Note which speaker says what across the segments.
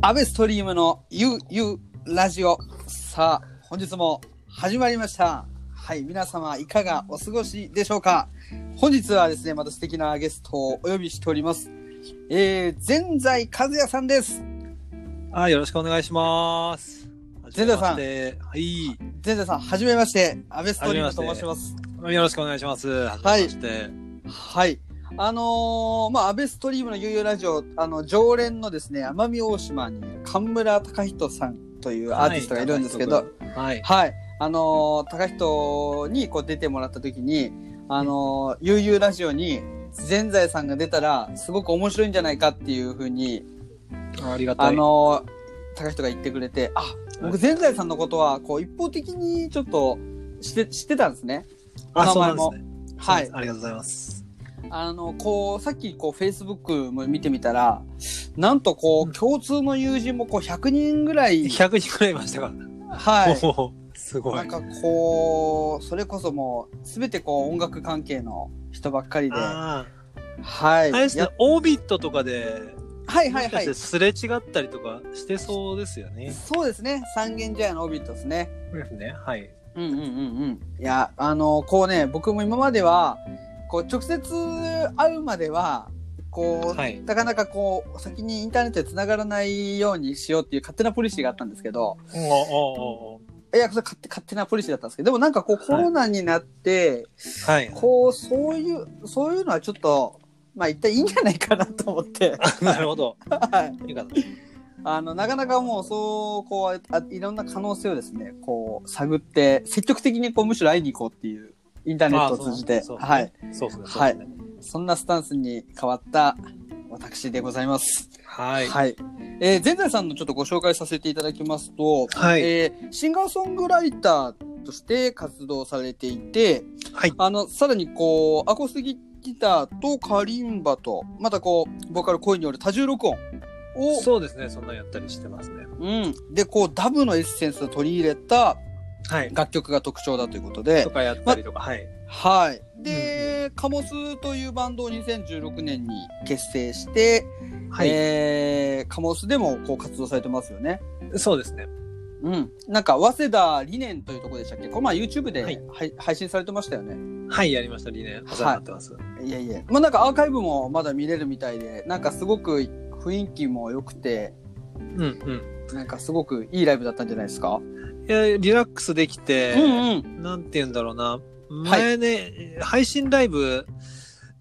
Speaker 1: アベストリームの UU ラジオさあ本日も始まりましたはい皆様いかがお過ごしでしょうか本日はですねまた素敵なゲストをお呼びしておりますえー、全財和也さんです
Speaker 2: あ、よろしくお願いします。
Speaker 1: ゼロさん
Speaker 2: はじめまして
Speaker 1: 全財さんはじめましてアベストリームと申します
Speaker 2: はい。よろしくお願いします。はいじめまして
Speaker 1: はいあのーまあアベストリームの UU ラジオあの常連のですね奄美大島にいる神村隆人さんというアーティストがいるんですけど、
Speaker 2: はい。
Speaker 1: はい。あのー、高人にこう出てもらった時に、あのー、悠々ラジオに、全財さんが出たら、すごく面白いんじゃないかっていうふうに、
Speaker 2: あありがたい。
Speaker 1: あのー、高人が言ってくれて、あ、
Speaker 2: は
Speaker 1: 僕
Speaker 2: い
Speaker 1: 全財さんのことは、こう、一方的にちょっと、して、知ってたんですね。
Speaker 2: あ、
Speaker 1: お
Speaker 2: そうな
Speaker 1: 名前
Speaker 2: ん
Speaker 1: も
Speaker 2: ですね。
Speaker 1: は
Speaker 2: そ。
Speaker 1: いう
Speaker 2: なんですありがとうございます。
Speaker 1: あの、こう、さっき、こう、Facebook も見てみたら、なんと、こ
Speaker 2: う
Speaker 1: う、
Speaker 2: ん
Speaker 1: 共通の友人も、こう、100人ぐらい、
Speaker 2: 100人くらいいましたか
Speaker 1: は
Speaker 2: ら。
Speaker 1: い。
Speaker 2: おーすごい。
Speaker 1: なん
Speaker 2: あ
Speaker 1: かこうそれこそもう全てこう音楽関係の人ばっかりでは
Speaker 2: あ
Speaker 1: い
Speaker 2: ー。あれですね
Speaker 1: や、
Speaker 2: オービットとかで、
Speaker 1: はい
Speaker 2: も
Speaker 1: はい
Speaker 2: しか
Speaker 1: は
Speaker 2: して
Speaker 1: い
Speaker 2: すれ違ったりとかしてそうですよね。
Speaker 1: そうですね三軒茶屋のオービットですね
Speaker 2: そうですね。はい。
Speaker 1: うんうんうんうんいやあのこうね僕も今まではこう直接会うまではこう、
Speaker 2: はい
Speaker 1: なかなかこう先にインターネットで繋がらないようにしようっていう勝手なポリシーがあったんですけど
Speaker 2: おーおーおーお
Speaker 1: いやそれ勝手勝手なポリシーだったんですけどでもなんかこうコロナになって、
Speaker 2: ーはい。
Speaker 1: こう、そういう、そういうのはちょっと、まあ一体いいんじゃないかなと思って、
Speaker 2: なるほど。
Speaker 1: はい。
Speaker 2: よかったです
Speaker 1: あの、なかなかもう、そう、こうあ、いろんな可能性をですね、こう、探って、積極的にこう、むしろ会いに行こうっていう、インターネットを通じて、
Speaker 2: あそうそう
Speaker 1: はい。
Speaker 2: そうですね。そう
Speaker 1: は
Speaker 2: で
Speaker 1: い
Speaker 2: すね。
Speaker 1: そんなスタンスに変わった、私でございます。
Speaker 2: は
Speaker 1: はいい。。えー、前田さんのちょっとご紹介させていただきますと、
Speaker 2: はい
Speaker 1: えーシンガーソングライターとして活動されていて、
Speaker 2: はい
Speaker 1: あの、さらにこう、アコースティックギターとカリンバと、またこう、ボーカル声による多重録音を、
Speaker 2: そうですね。そんなのやったりしてますね。
Speaker 1: うん。で、こう、ダブのエッセンスを取り入れた
Speaker 2: はい。
Speaker 1: 楽曲が特徴だということで
Speaker 2: と、かやったりとか。はい。
Speaker 1: はい。で、カモスというバンドを2016年に結成して、えーカモスでもこう活動されてますよね。
Speaker 2: そうですね。
Speaker 1: うん、なんか早稲田理念というところでしたっけこの前 YouTube で、は
Speaker 2: はいい
Speaker 1: 配信されてましたよね
Speaker 2: はい、やりました、理念。お世話になってます。
Speaker 1: いえいえまあなんかアーカイブもまだ見れるみたいでなんかすごく雰囲気も良くて
Speaker 2: うんうん。
Speaker 1: なんかすごくいいライブだったんじゃないですか、
Speaker 2: いや、リラックスできて、
Speaker 1: うんうん
Speaker 2: なんて言うんだろうな。前ね、配信ライブ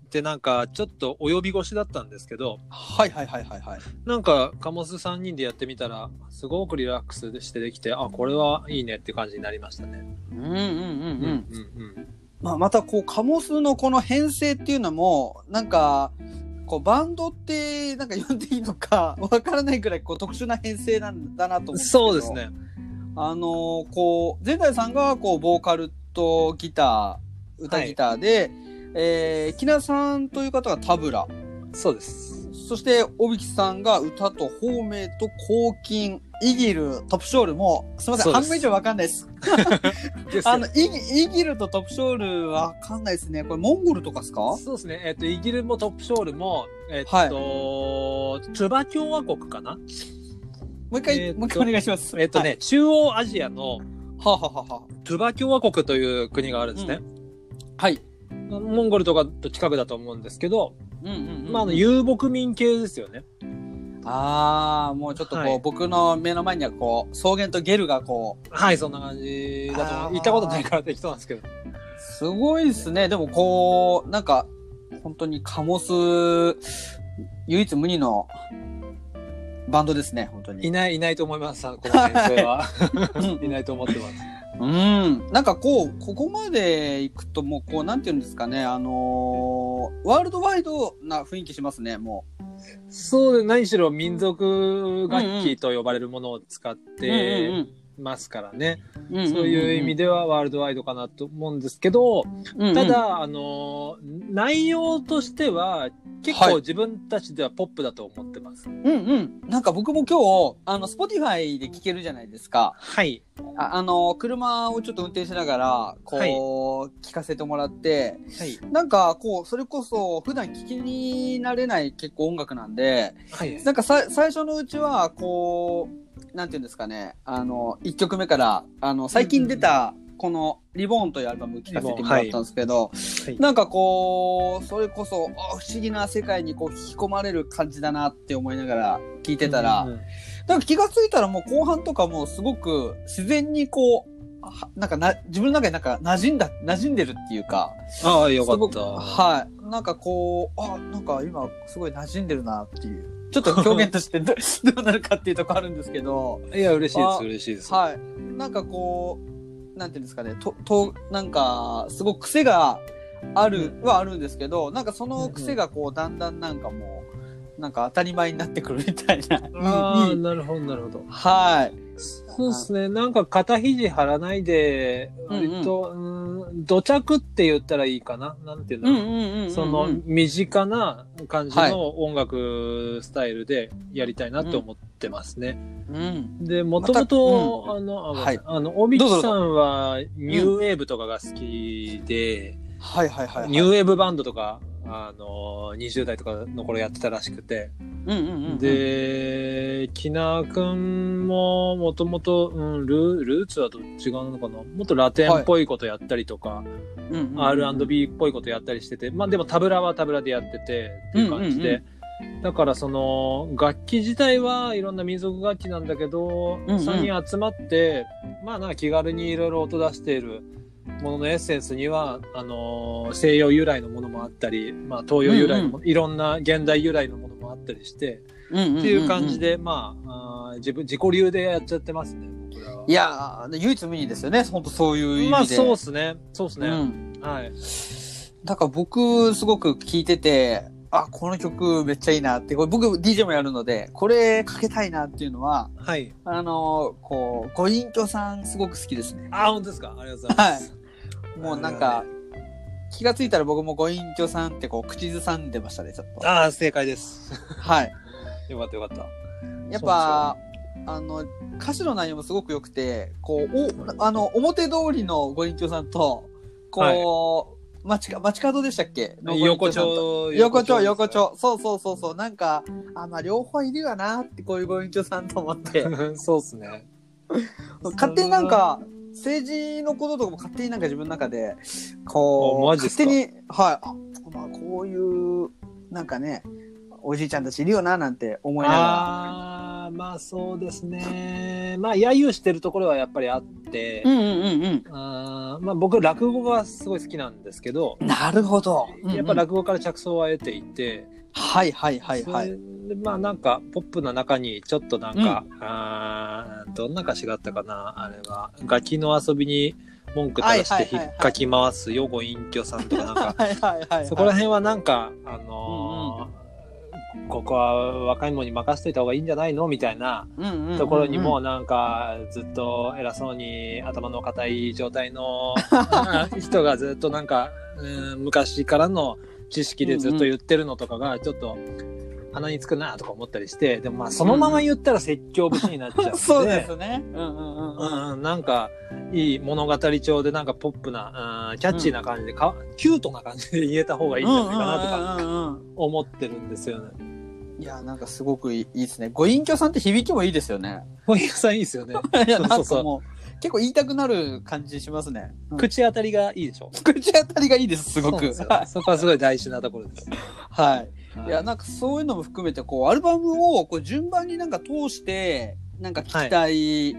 Speaker 2: ってなんか、ちょっとお呼び越しだったんですけど、
Speaker 1: はいはいはいはいはい
Speaker 2: なんか、カモス3人でやってみたら、すごくリラックスしてできて、あ、これはいいねって感じになりましたね。
Speaker 1: うんうんうん
Speaker 2: う
Speaker 1: うん、
Speaker 2: うん。
Speaker 1: まあ、またこうカモスのこの編成っていうのもなんかこうバンドってなんか呼んでいいのか わからないくらいこう特殊な編成なんだなと思うんけど
Speaker 2: そうですね。
Speaker 1: あのーこう、前代さんが、こう、ボーカルとギター、歌ギターで、えー、きなさんという方がタブラ、
Speaker 2: そうです。
Speaker 1: そして、おびきさんが歌と方面と抗菌、イギル、トップショールも、すみませ
Speaker 2: そ
Speaker 1: ん、
Speaker 2: うで
Speaker 1: 半
Speaker 2: す
Speaker 1: 分以上わかんないです。
Speaker 2: です
Speaker 1: あの、イギイギルとトップショールわかんないですね。これ、モンゴルとかですか
Speaker 2: そうですね。えっ、と、イギルもトップショールも、えっ、と、チュバ共和国かな
Speaker 1: もう一回、
Speaker 2: えーっと
Speaker 1: もう一回お願いします。
Speaker 2: えっ、とね、
Speaker 1: はい。
Speaker 2: 中央アジアの
Speaker 1: はあ、はあはあは
Speaker 2: トゥバ共和国という国があるんですね。
Speaker 1: あ、はい。
Speaker 2: モンゴルとかと近くだと思うんですけど、
Speaker 1: うんうんうん、
Speaker 2: まあ、あの、遊牧民系ですよね。
Speaker 1: あーもうちょっとこう、
Speaker 2: はい
Speaker 1: 僕の目の前にはこう、草原とゲルがこう、
Speaker 2: はい、そんな感じだと思
Speaker 1: あー
Speaker 2: う。行ったことないから適当なんですけど。
Speaker 1: すごいですね。でもこう、なんか、本当にカモス、唯一無二のバンドですね、本当
Speaker 2: い
Speaker 1: に。
Speaker 2: ない、いないと思います、この先生は。 いないと思ってます。
Speaker 1: うん。なんかこう、ここまで行くともうこう、なんていうんですかね、あのーワールドワイドな雰囲気しますね、も
Speaker 2: そうで、何しろ民族楽器と呼ばれるものを使っ
Speaker 1: う。
Speaker 2: てますからね。
Speaker 1: うんうんうん、
Speaker 2: そういう意味
Speaker 1: で。
Speaker 2: ではワールドワイドかなと思うんですけど、
Speaker 1: うんうん
Speaker 2: た、だ、あの、内容としては、結
Speaker 1: はい
Speaker 2: 構自分たちではポップだと思ってます。
Speaker 1: うんうん。なんか僕も今日、あの、Spotify で聴けるじゃないですか。
Speaker 2: はい。
Speaker 1: ああの、車をちょっと運転しながら、こう、を聞かせてもらって、
Speaker 2: はい。
Speaker 1: なんかこう、それこそ普段聞きになれない結構音楽なんで、
Speaker 2: はい。
Speaker 1: なんかさ最初のうちは、こう、なんていうんですかね、あの、1曲目から、あの、最近出た、このリボーンというアルバム聞かせてもらったんですけど、
Speaker 2: はい
Speaker 1: なんかこう、それこそ、あ不思議な世界にこう引き込まれる感じだなって思いながら聞いてたら、
Speaker 2: うんうん
Speaker 1: なんか気がついたらもう後半とかもうすごく自然にこう、はなんかな、自分の中になんか馴染んだ、馴染んでるっていうか、
Speaker 2: ああ、よかっ
Speaker 1: す
Speaker 2: た。
Speaker 1: ごくはい。なんかこう、あ、なんか今すごい馴染んでるなっていう。ちょっと表現としてど どうなるかっていうとこあるんですけど、
Speaker 2: いや、嬉しいで
Speaker 1: あ
Speaker 2: す、嬉しいです。
Speaker 1: はい。なんかこう、なんていうんですかね、と、と、なんか、すごく癖があるはあるんですけど、なんかその癖がこう、だんだんなんかもう、なんか当たり前になってくるみたいな。
Speaker 2: あ
Speaker 1: い
Speaker 2: あ、
Speaker 1: い
Speaker 2: なるほど、なるほど。
Speaker 1: はい。
Speaker 2: そうですね。なんか肩肘張らないで、
Speaker 1: うんうん
Speaker 2: 割と、うーん土着って言ったらいいかな。なんていうんだろう。
Speaker 1: うん
Speaker 2: その身近な感じの音楽スタイルでやりたいなって思ってますね。
Speaker 1: うん。
Speaker 2: で、もともと、あの、あごめんなさいあの、おみきさんはニューウェーブとかが好きで、
Speaker 1: はいはいはいはい。
Speaker 2: ニューウェーブバンドとか、あの、20代とかの頃やってたらしくて、
Speaker 1: うんうんうん、
Speaker 2: で、きなくんも、もともと、うん、ルルーツはどっち側なのかなもっとラテンっぽいことやったりとか、
Speaker 1: うんうんうん
Speaker 2: R&B っぽいことやったりしてて、まあでもタブラはタブラでやってて、っていう感じ
Speaker 1: うんう
Speaker 2: で。だからその、楽器自体はいろんな民族楽器なんだけど、
Speaker 1: うんうん
Speaker 2: 3人集まって、まあなんか気軽にいろいろ音出しているもののエッセンスには、あのー西洋由来のものもあったり、まあ東洋由来のも、いろんな現代由来のものもあったりして、
Speaker 1: うんんんん。
Speaker 2: っていう感じ。で、まあ、あー自分、自己流でやっちゃってますね、これはい
Speaker 1: やー、唯一無二ですよね。本当そういう意味で。
Speaker 2: まあ、そうですね。そうです
Speaker 1: う
Speaker 2: ね。
Speaker 1: ん。
Speaker 2: はい。
Speaker 1: だから僕、すごく聞いてて、あ、この曲めっちゃいいなって、これ僕 DJ もやるので、これかけたいなっていうのは、
Speaker 2: はい。
Speaker 1: あのーこう、ご隠居さんすごく好きですね。
Speaker 2: あー、本当ですか。ありがとうございます。
Speaker 1: もうなんか、気がついたら僕もご隠居さんってこう、口ずさんでましたね、ちょっ と。
Speaker 2: ああ、正解です。
Speaker 1: はい。
Speaker 2: よかったよかった。
Speaker 1: やっぱあの歌詞の内容もすごく良くてこうおあの表通りのご隠居さんとこう、町か町角でしたっけのご隠
Speaker 2: 横
Speaker 1: 居さんと
Speaker 2: 丁。
Speaker 1: 横丁
Speaker 2: 横
Speaker 1: 横
Speaker 2: 丁
Speaker 1: 丁そうそうそうそうなんかあまあ両方いるよなってこういうご隠居さんと思っ て
Speaker 2: そうですね。
Speaker 1: 勝手になんか政治のこととかも勝手になんか自分の中でこう
Speaker 2: あマジっす
Speaker 1: 勝手
Speaker 2: か
Speaker 1: にはいあまあこういうなんかねおじいちゃんたちいるよななんて思いながら。
Speaker 2: ああ、まあそうですね。まあ、揶揄してるところはやっぱりあって、
Speaker 1: うんうんうんうん
Speaker 2: あーまあ僕、落語がすごい好きなんですけど、
Speaker 1: なるほど。
Speaker 2: やっぱ
Speaker 1: うんうん
Speaker 2: 落語から着想は得ていて、
Speaker 1: はいはいはいは
Speaker 2: そ
Speaker 1: い。
Speaker 2: れでまあなんかポップな中にちょっとなんか、あーどんな歌詞があったかなあれはガキの遊びに文句垂ら
Speaker 1: は
Speaker 2: し
Speaker 1: いはい
Speaker 2: て
Speaker 1: は
Speaker 2: 引
Speaker 1: いはい
Speaker 2: っかき回すよご隠居さんとかなん
Speaker 1: は
Speaker 2: か
Speaker 1: いはいはいはい。
Speaker 2: そこら辺はなんかあのーここは若い者に任せといた方がいいんじゃないのみたいな
Speaker 1: 辺
Speaker 2: ところにもなんかずっと偉そうに頭の固い状態の人がずっとなんか、うん、昔からの知識でずっと言ってるのとかがちょっと鼻につくなとか思ったりしてでもまあそのまま言ったら説教節になっちゃうので
Speaker 1: そうですね。うんうんうんうん。
Speaker 2: うん、なんかいい物語調でなんかポップな、うん、キャッチーな感じでか、キュートな感じで言えた方がいいんじゃないかなとか
Speaker 1: うんうんうんうん
Speaker 2: 思ってるんですよね。
Speaker 1: いや、なんかすごくいいいいですね。ご隠居さんって響きもいいですよね。
Speaker 2: 本屋さんいいですよね。
Speaker 1: いや、
Speaker 2: そう
Speaker 1: な
Speaker 2: そ
Speaker 1: ん
Speaker 2: うそう
Speaker 1: かもう、結構言いたくなる感じしますね。うん
Speaker 2: 口当たりがいいでしょ。
Speaker 1: 口当たりがいいです、すご
Speaker 2: そうなん
Speaker 1: く。
Speaker 2: ですよ
Speaker 1: はい
Speaker 2: そこはすごい大事なところです。
Speaker 1: はい。いや、
Speaker 2: な
Speaker 1: なんかそういうのも含めて、こう、アルバムをこう順番になんか通して、なんか聞きたい、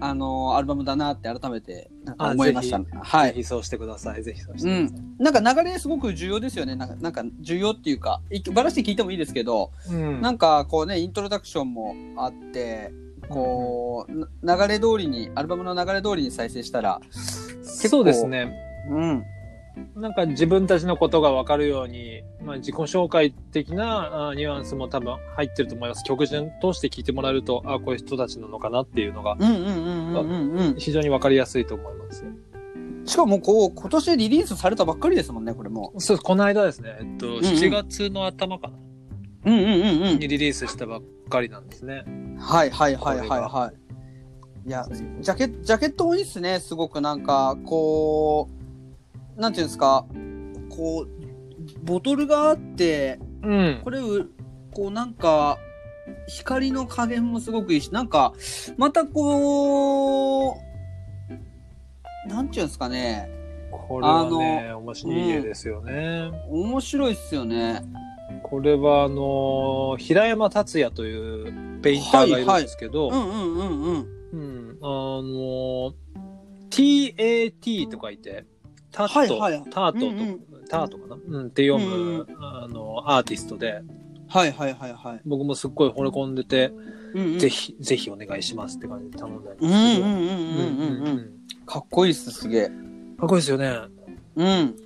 Speaker 1: あの、アルバムだなって改めて、なんか思いましたね。は
Speaker 2: ぜ
Speaker 1: い。
Speaker 2: ひそうしてください。ぜひそうし
Speaker 1: う
Speaker 2: てくださ
Speaker 1: ん。なんか流れすごく重要ですよね。なんか、なんか重要っていうか、いバラして聞いてもいいですけど、
Speaker 2: い。うん
Speaker 1: なんかこうね、イントロダクションもあって、こう、な流れ通りに、アルバムの流れ通りに再生したら、構
Speaker 2: そうですね。
Speaker 1: うん。
Speaker 2: なんか自分たちのことが分かるように、まあ、自己紹介的なあーニュアンスも多分入ってると思います。曲順通して聞いてもらえると、あこういう人たちなのかなっていうのが
Speaker 1: うんうんうんうんうんうん。
Speaker 2: 非常に分かりやすいと思います。
Speaker 1: しかもこう、今年リリースされたばっかりですもんね、これも。
Speaker 2: そうこの間ですね、えっと、
Speaker 1: ん
Speaker 2: 7月の頭かな、
Speaker 1: うんうんうんうん
Speaker 2: に。リリースしたばっかりなんですね。
Speaker 1: はいはいはいはい
Speaker 2: これが
Speaker 1: はい。いや、ジャケジャケットもいいっすね、すごくなんか、こう、なんていうんですか、こう、ボトルがあって、
Speaker 2: うん
Speaker 1: これ、うこうなんか、光の加減もすごくいいし、なんか、またこう、なんていうんですかね、
Speaker 2: これはね面白い家ですよね、
Speaker 1: 面白いっすよね。
Speaker 2: これはあの平山達也というペインターがいるんですけど、
Speaker 1: うんうんうんうん。
Speaker 2: うん、あの TAT と書いてタット、
Speaker 1: はいはい
Speaker 2: タートと、
Speaker 1: うん
Speaker 2: タートかな、うん、って読む、
Speaker 1: うんうん
Speaker 2: あのアーティストで
Speaker 1: はいはいはいはい。
Speaker 2: 僕もすっごい惚れ込んでて、
Speaker 1: うんうん、
Speaker 2: ぜひぜひお願いしますって感じで頼んだんで
Speaker 1: う
Speaker 2: す
Speaker 1: ん
Speaker 2: け
Speaker 1: う
Speaker 2: ど、
Speaker 1: んうんうんうんうん。かっこいいっす、すげえ。
Speaker 2: かっこいいですよね
Speaker 1: うん。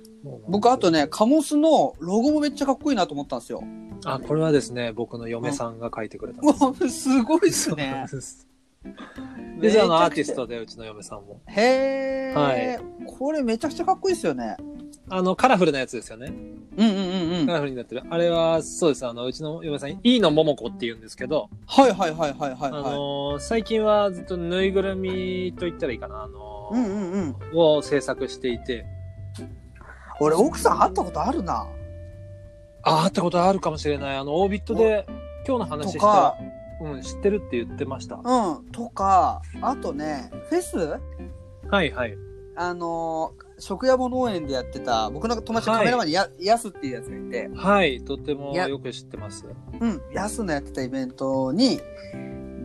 Speaker 1: 僕、あとね、カモスのロゴもめっちゃかっこいいなと思ったんですよ。
Speaker 2: あこれはですね僕の嫁さんが書いてくれたん
Speaker 1: う
Speaker 2: です、
Speaker 1: わ すごいっすね。
Speaker 2: でじゃあ
Speaker 1: めちゃ
Speaker 2: あの
Speaker 1: くちゃ
Speaker 2: アーティストでうちの嫁さんも
Speaker 1: へえ、
Speaker 2: はい
Speaker 1: これめちゃくちゃかっこいいですよね。
Speaker 2: あのカラフルなやつですよね
Speaker 1: うんうんうんうん。
Speaker 2: カ
Speaker 1: はい
Speaker 2: ラフルになってるあれはそうですあのうちの嫁さんいいのももこって言うんですけど
Speaker 1: はいはいはいはい
Speaker 2: あの
Speaker 1: は
Speaker 2: ー最近はずっとぬいぐるみと言ったらいいかな、あの
Speaker 1: い。うん
Speaker 2: ー
Speaker 1: うんうん。
Speaker 2: を制作していて
Speaker 1: 俺奥さん会ったことあるな。
Speaker 2: あ会ったことあるかもしれないあのオービットで今日の話したら、うん、知ってるって言ってました
Speaker 1: うん。とか、あとね、フェス
Speaker 2: はいはい
Speaker 1: あのー食野母農園でやってた、僕の友達
Speaker 2: はい
Speaker 1: カメラマンにや、やすっていうやつがいて、
Speaker 2: はいとても
Speaker 1: いや
Speaker 2: よく知ってます
Speaker 1: うん、やすのやってたイベントに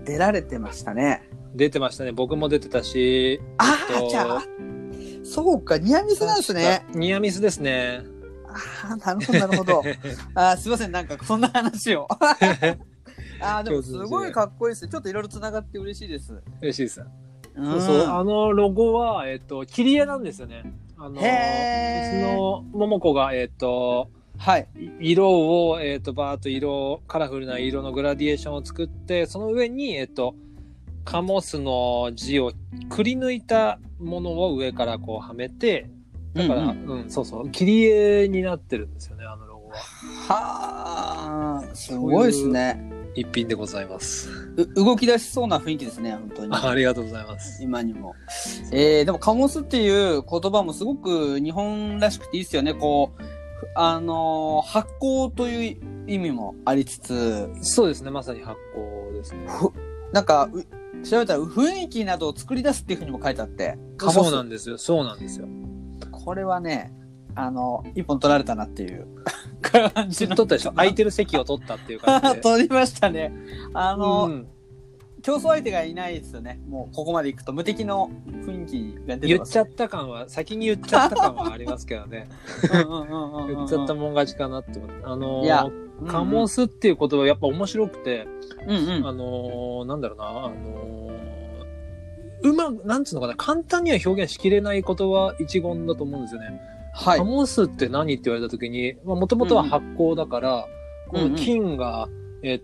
Speaker 1: 出られてましたね。
Speaker 2: 出てましたね僕も出てたし
Speaker 1: あ
Speaker 2: えっ
Speaker 1: あ、
Speaker 2: と
Speaker 1: じゃあ、そうか、ニアミスなんですね。
Speaker 2: ニアミスですね
Speaker 1: ああ、なるほど、なるほ ど。ああ、すいません、なんかそんな話を。 ああ、でもすごいかっこいいですね。ちょっといろいろつながって嬉しいです。
Speaker 2: 嬉しいです
Speaker 1: う
Speaker 2: そうそうあのロゴは、えっと切り絵なんですよねあの
Speaker 1: へ
Speaker 2: うち
Speaker 1: ー
Speaker 2: の桃子がえっ、と
Speaker 1: はい。
Speaker 2: い色を、えー、とバーッと色カラフルな色のグラディエーションを作ってその上に、えー、とカモスの字をくり抜いたものを上からこうはめてだから、
Speaker 1: うん
Speaker 2: う
Speaker 1: うん
Speaker 2: そうそう切り絵になってるんですよねあのロゴは
Speaker 1: はあ、すごいですね。
Speaker 2: 一品でございます
Speaker 1: う動き出しそうな雰囲気ですね、本当に。
Speaker 2: ありがとうございます
Speaker 1: 今にも。えー、でも、カモスっていう言葉もすごく日本らしくていいですよね。こう、あのー発酵という意味もありつつ、
Speaker 2: そうですねまさに発酵ですね
Speaker 1: なんか、う調べたら雰囲気などを作り出すっていうふうにも書いてあって、カモ
Speaker 2: そう
Speaker 1: ス
Speaker 2: なんですよそうなんですよ
Speaker 1: これはね、あの、一本取られたなって いう感じの。
Speaker 2: 取ったでしょ空いてる席を取ったっていう感じで
Speaker 1: 取りましたね。あの、
Speaker 2: うん
Speaker 1: 競争相手がいないですよね。もうここまで行くと無敵の雰囲気が出て
Speaker 2: 言っ
Speaker 1: ます。
Speaker 2: ちゃった感は先に言っちゃった感はありますけど ね
Speaker 1: うんうんうんうんうん
Speaker 2: 言っちゃったもん勝ちかなって思って。あの
Speaker 1: いや
Speaker 2: ー、カモスっていう言葉やっぱ面白くて、
Speaker 1: うんうん。
Speaker 2: あのー、なんだろうな、あのー、うまく、なんつうのかな、簡単には表現しきれない言葉一言だと思うんですよね。
Speaker 1: はい
Speaker 2: カ。モスって何って言われた時に、もともとは発酵だから、
Speaker 1: うんうん
Speaker 2: この菌が、えっ、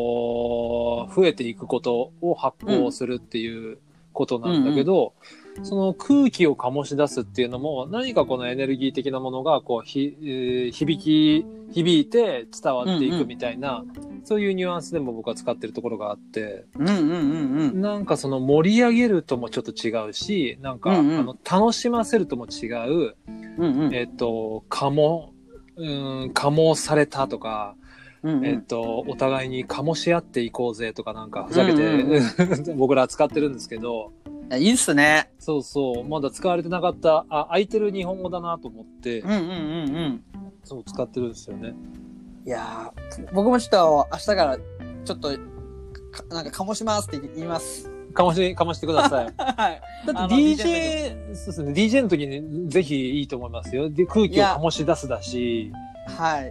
Speaker 2: と増えていくことを発酵するっていうことなんだけど、その空気を醸し出すっていうのも、何かこのエネルギー的なものが、こう、ひ、えー響き、響いて伝わっていくみたいな、そういうニュアンスでも僕は使ってるところがあって、
Speaker 1: うんうんうんうん。
Speaker 2: なんかその盛り上げるともちょっと違うし、なんか、
Speaker 1: うんうん
Speaker 2: あの、楽しませるとも違う、
Speaker 1: うんうん。
Speaker 2: えっ、と、かも、うーん、かもされたとか、
Speaker 1: うんう
Speaker 2: えっ、
Speaker 1: ん
Speaker 2: と、お互いにかもし合っていこうぜとかなんかふざけて、
Speaker 1: うんう
Speaker 2: 僕ら使ってるんですけど、
Speaker 1: いやいいっすね。
Speaker 2: そうそう、まだ使われてなかった、あ、空いてる日本語だなと思って
Speaker 1: う、んうんうんうん。
Speaker 2: そう、使ってるんですよね。
Speaker 1: いやー僕もちょっと明日からちょっと、かなんか、かもしますって言います。
Speaker 2: かもし、かもしてくだ さい。
Speaker 1: はい。
Speaker 2: だ
Speaker 1: あの
Speaker 2: って DJ、そうですね、DJ の時にぜひいいと思いますよ。で、空気を醸し出すだし、
Speaker 1: はい。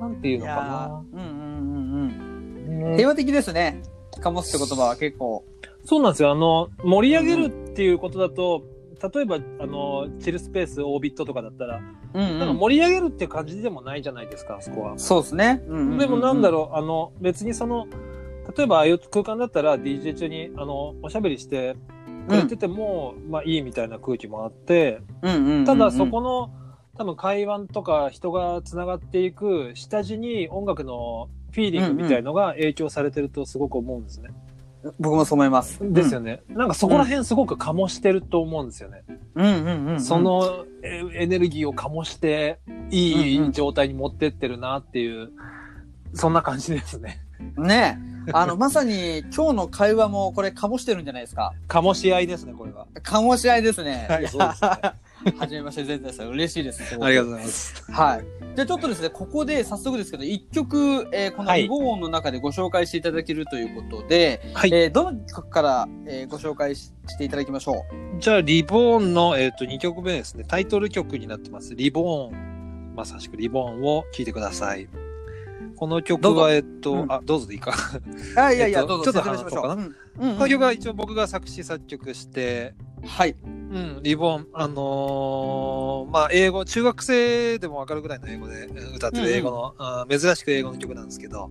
Speaker 2: なんていうのかな。
Speaker 1: いやーうんうんうんうん。
Speaker 2: うん
Speaker 1: 平和的ですね。かもすって言葉は結構。
Speaker 2: そうなんですよ。あの、盛り上げるっていうことだと、例えば、あの、チルスペース、オービットとかだったら、
Speaker 1: うんうん
Speaker 2: なんか盛り上げるっていう感じでもないじゃないですか、あそこは。
Speaker 1: そうですね。うん
Speaker 2: でもなんだろう、あの、別にその、例えばああいう空間だったら DJ 中に、あの、おしゃべりしてくれてても、まあいいみたいな空気もあって、
Speaker 1: うんうんうんうん
Speaker 2: ただそこの、多分会話とか人がつながっていく下地に音楽のフィーリングみたいのが影響されてるとすごく思うんですね。
Speaker 1: 僕もそう思います。
Speaker 2: ですよね、なんかそこら辺すごく醸してると思うんですよね、
Speaker 1: うん。うんうんうんうん。
Speaker 2: そ、のえエネルギーを醸してい
Speaker 1: うんう
Speaker 2: い
Speaker 1: ん
Speaker 2: 状態に持ってってるなっていう、そんな感じですね
Speaker 1: ねえ。あの、 まさに今日の会話もこれ、かもしてるんじゃないですか。
Speaker 2: 醸し合いですねこれは
Speaker 1: かもし合いですね。
Speaker 2: はいそう ですね
Speaker 1: はじめまして、全然さん、嬉しいです。すごく
Speaker 2: ありがとうございます
Speaker 1: はい。じゃあちょっとですね、ここで早速ですけど、一曲、えーこの
Speaker 2: はい
Speaker 1: 無謀音の中でご紹介していただけるということで、
Speaker 2: はい、
Speaker 1: えーどの曲から、えーご紹介ししていただきましょ
Speaker 2: じゃあリボーンの、えー、と2曲目ですねタイトル曲になってます「リボーン」まさしく「リボーン」を聴いてくださいこの
Speaker 1: ど
Speaker 2: 曲
Speaker 1: うぞ
Speaker 2: はえっ、と、
Speaker 1: うん
Speaker 2: あどうぞでいいか
Speaker 1: う。あいやいや、
Speaker 2: えっと
Speaker 1: どうぞ
Speaker 2: ちょ
Speaker 1: 説
Speaker 2: っと
Speaker 1: 明しましょう。
Speaker 2: 話
Speaker 1: うんうんうん
Speaker 2: この曲は一応僕が作詞作曲して、
Speaker 1: はい。
Speaker 2: うん、リボン、あのーまあ、英語、中学生でもわかるぐらいの英語でうん歌って
Speaker 1: うん
Speaker 2: る
Speaker 1: うん
Speaker 2: 英語の、あー珍しく英語の曲なんですけど、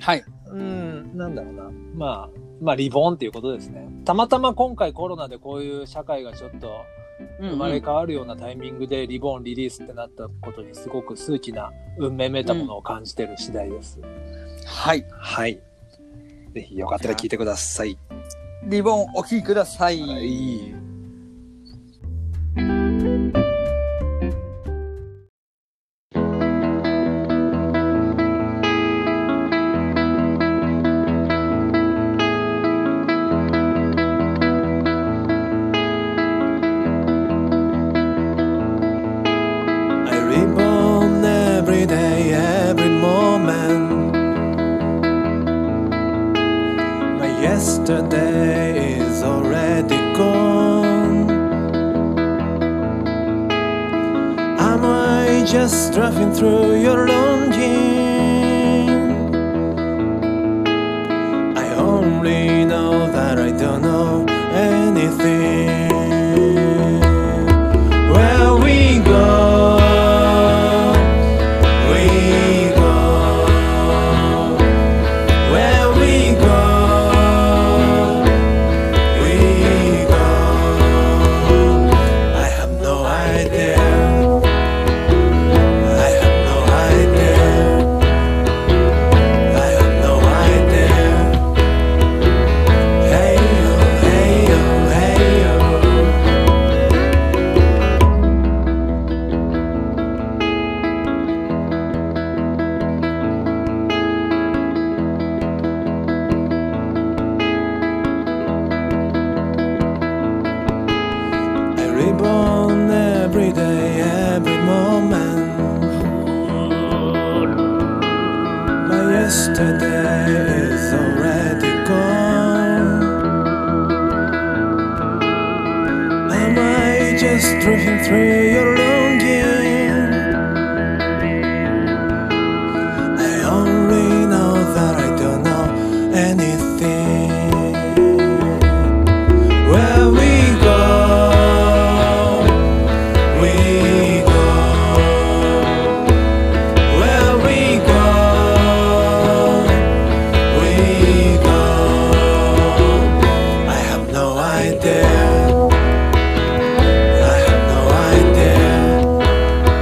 Speaker 1: はい。
Speaker 2: うん、なんだろうな、まあ、まあ、リボンっていうことですね。たまたま今回コロナでこういう社会がちょっと
Speaker 1: うん
Speaker 2: 生まれ変わるようなタイミングでリボンリリースってなったことにすごく数奇な運命めいたものを感じてる次第です。
Speaker 1: はい。
Speaker 2: はい。ぜひよかったら聴いてください。
Speaker 1: リボンお聴きください。
Speaker 2: はい。I reborn every day, every moment. My yesterday is already gone. Am I just driving through your longing? I only know that I don't know anything. Where we go, we go. Where we go, we go. I have no idea. I have no idea. I have no idea. Hey yo, hey yo, hey yo. I reborn every day, every moment. My yesterday is already gone. Am I just drifting through your longing? I only know that I don't know anything. Where we go, we go. Where we go, we go. I have no idea. I have no idea.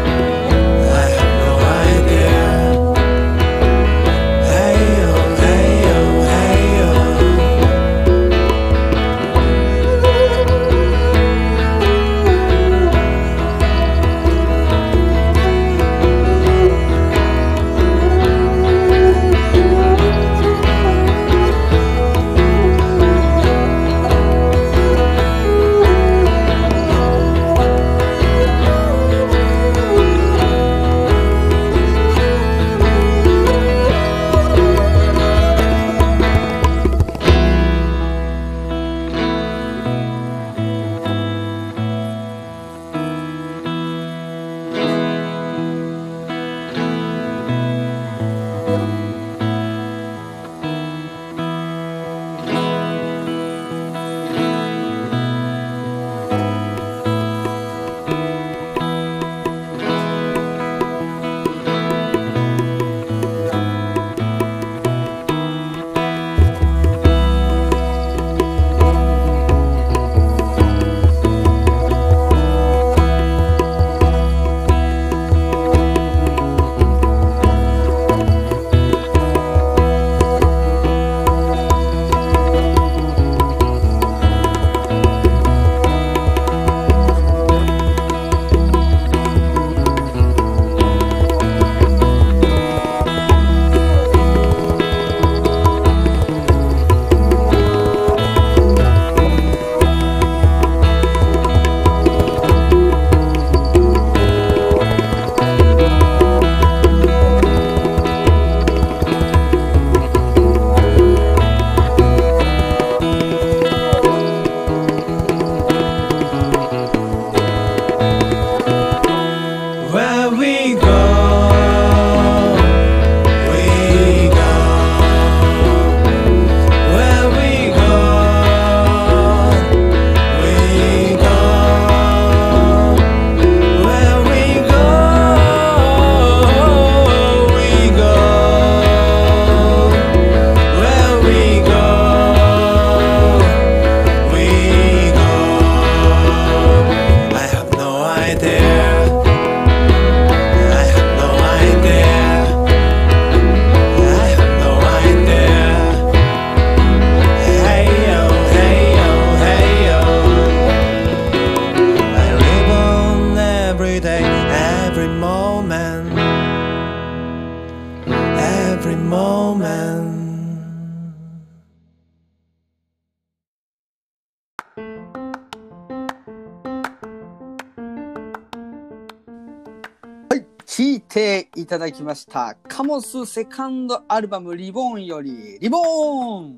Speaker 1: いただきました。カモスセカンドアルバムリボーンより、リボーン